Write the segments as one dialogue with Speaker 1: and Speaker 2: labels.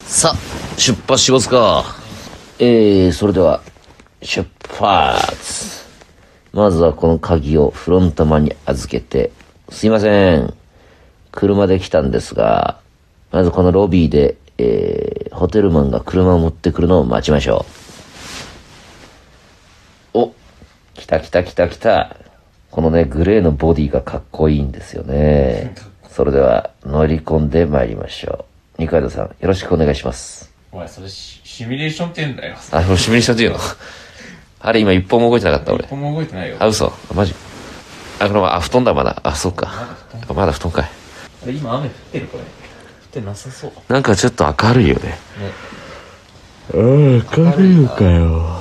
Speaker 1: さあ、出発しますか。えー、それでは、出発。まずはこの鍵をフロントマンに預けて、すいません。車で来たんですが、まずこのロビーで、えー、ホテルマンが車を持ってくるのを待ちましょう。お、来た来た来た来た。このね、グレーのボディがかっこいいんですよ ね。それでは、乗り込んで参りましょう。二階堂さん、よろしくお願いします。
Speaker 2: お前、それシ、シミュレーションって言うんだよ。
Speaker 1: あ、もうシミュレーションっていうの あれ今一本も動いてなかった俺
Speaker 2: 一。個も動いてないよ。
Speaker 1: あ、嘘。マジ。あ、これまあ、布団だまだ。あ、そうか。まだ布団かい。
Speaker 2: あれ今雨降ってるこれ。降ってなさそう。
Speaker 1: なんかちょっと明るいよね。
Speaker 2: ね。
Speaker 1: うん、明るいのかよ。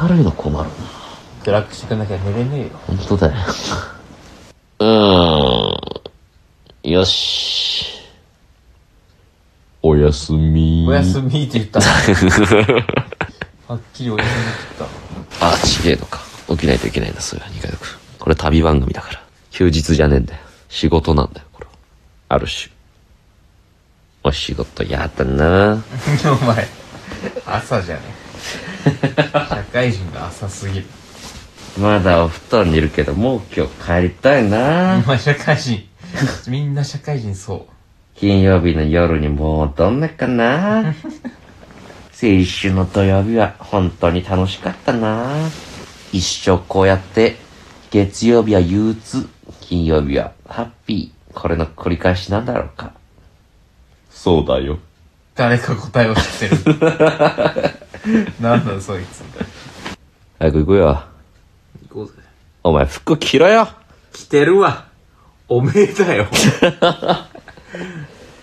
Speaker 1: 明るいの困るな。
Speaker 2: 暗くしてくんなきゃ寝れねえよ。
Speaker 1: 本当だよ。うーん。よし。おやすみ
Speaker 2: おやすみって言ったのはっきりおやすみって言っ
Speaker 1: あ、ちげえのか。起きないといけないんだ、そういう二階堂くん。これ旅番組だから。休日じゃねえんだよ。仕事なんだよ、これは。ある種。お仕事やだな
Speaker 2: た。 お前、朝じゃねえ。 社会人が朝すぎる。
Speaker 1: まだお布団にいるけど、もう今日帰りたい
Speaker 2: お
Speaker 1: な
Speaker 2: 前社会人、みんな社会人そう。
Speaker 1: 金曜日の夜にもうどんなかな 青春の土曜日は本当に楽しかったな一生こうやって、月曜日は憂鬱、金曜日はハッピー。これの繰り返しなんだろうか。そうだよ。
Speaker 2: 誰か答えを知って る。なんだそいつ。
Speaker 1: 早く行くよ。
Speaker 2: 行こうぜ。
Speaker 1: お前服着ろよ。
Speaker 2: 着てるわおめえだ よ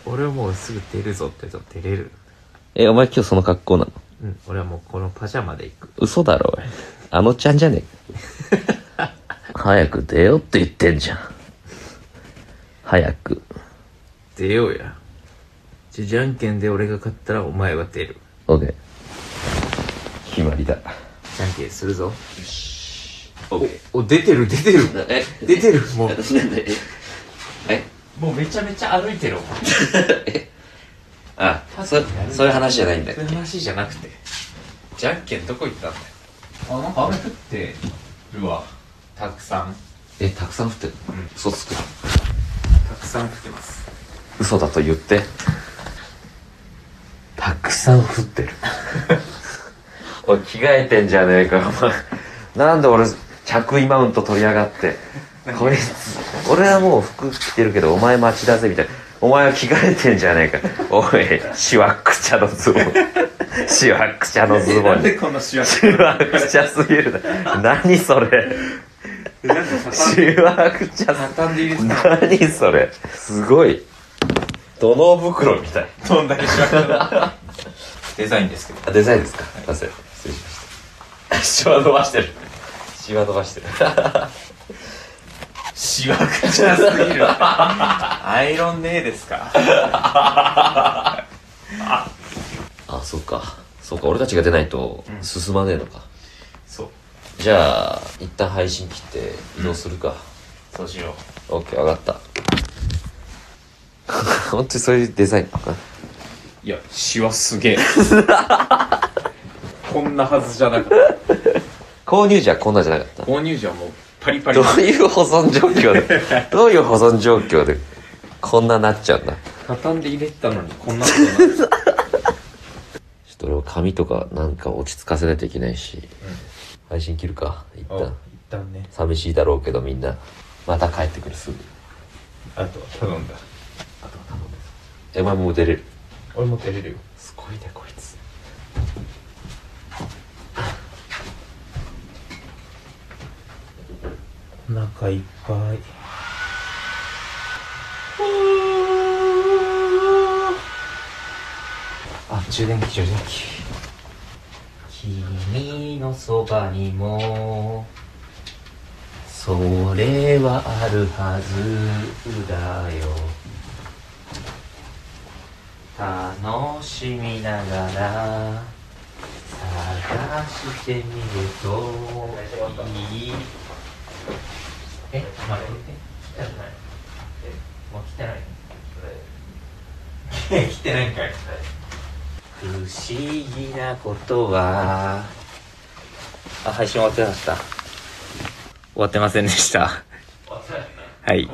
Speaker 2: 俺はもうすぐ出るぞって言うと出れる
Speaker 1: え、お前今日その格好なの
Speaker 2: うん俺はもうこのパジャマで行く
Speaker 1: 嘘だろ、おい。あのちゃんじゃねえか。 早く出ようって言ってんじゃん。早く。
Speaker 2: 出ようやじゃじゃんけんで俺が勝ったらお前は出る
Speaker 1: OK。決まりだ。
Speaker 2: じゃんけんするぞ
Speaker 1: OK。
Speaker 2: お出てる出てる
Speaker 1: え
Speaker 2: 出てるもう
Speaker 1: 私なんで、え、
Speaker 2: もうめちゃめちゃ歩いてるお前
Speaker 1: あ、そ、そういう話じゃないんだ
Speaker 2: そういう話じゃなくてじゃんけんどこ行ったんだよあなんか雨降ってるわたくさん
Speaker 1: え、たくさん降ってる
Speaker 2: ん
Speaker 1: 嘘つく。
Speaker 2: たくさん降ってます
Speaker 1: 嘘だと言って。たくさん降ってる。 おい、着替えてんじゃねえか、お前。なんで俺、着衣マウント取りやがって。こいつ、俺はもう服着てるけど、お前待ちだぜ、みたいな。お前は着替えてんじゃねえか。おい、シワクチャのズボン。 シワクチャのズボンに。
Speaker 2: こんな主役
Speaker 1: シワクチャすぎるな。何それ。
Speaker 2: なんで畳
Speaker 1: シワクチャす
Speaker 2: 畳んでいいですか
Speaker 1: 何それすごい土のう袋みたい
Speaker 2: どんだけしわかデザインですけど
Speaker 1: あデザインですか出せ失礼しました シワ伸ばしてるシワ伸ばしてる
Speaker 2: しわくちゃすぎる アイロンねえですか
Speaker 1: あそうかそうか俺たちが出ないと進まねえのか、
Speaker 2: そう
Speaker 1: じゃあ一旦配信切って移動するか、
Speaker 2: そうしよ
Speaker 1: OK 分かった 本当にそういうデザインなのかな
Speaker 2: ういやしわす げえこんなはずじゃなかっ
Speaker 1: 購入時はこんなじゃなかった
Speaker 2: た購入時はもうパリパリ
Speaker 1: どういう保存状況 でどういう保存状況でこんななっちゃうんだ
Speaker 2: 畳んで入れてたのにこんなことにな る
Speaker 1: ちょっと俺は髪とかなんか落ち着かせないといけないし、配信切るか一
Speaker 2: あ一
Speaker 1: 旦
Speaker 2: 旦ね
Speaker 1: 寂しいだろうけどみんなまた帰ってくるすぐ
Speaker 2: あとは頼んだ
Speaker 1: えお前もう出れる
Speaker 2: 俺も出れるよ
Speaker 1: すごいねこいつ
Speaker 2: お腹いっぱいあ充電器充電器君のそばにもそれはあるはずだよ楽しみながら探してみるといいえ、まあ、え、汚くない。 え、もう汚い。え、汚いんかい。
Speaker 1: 不思議なことはあ配信終わってました終わってませんでしたはい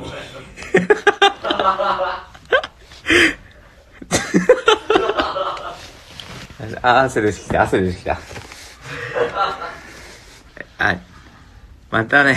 Speaker 1: あ汗出てきた汗出てきたあまたね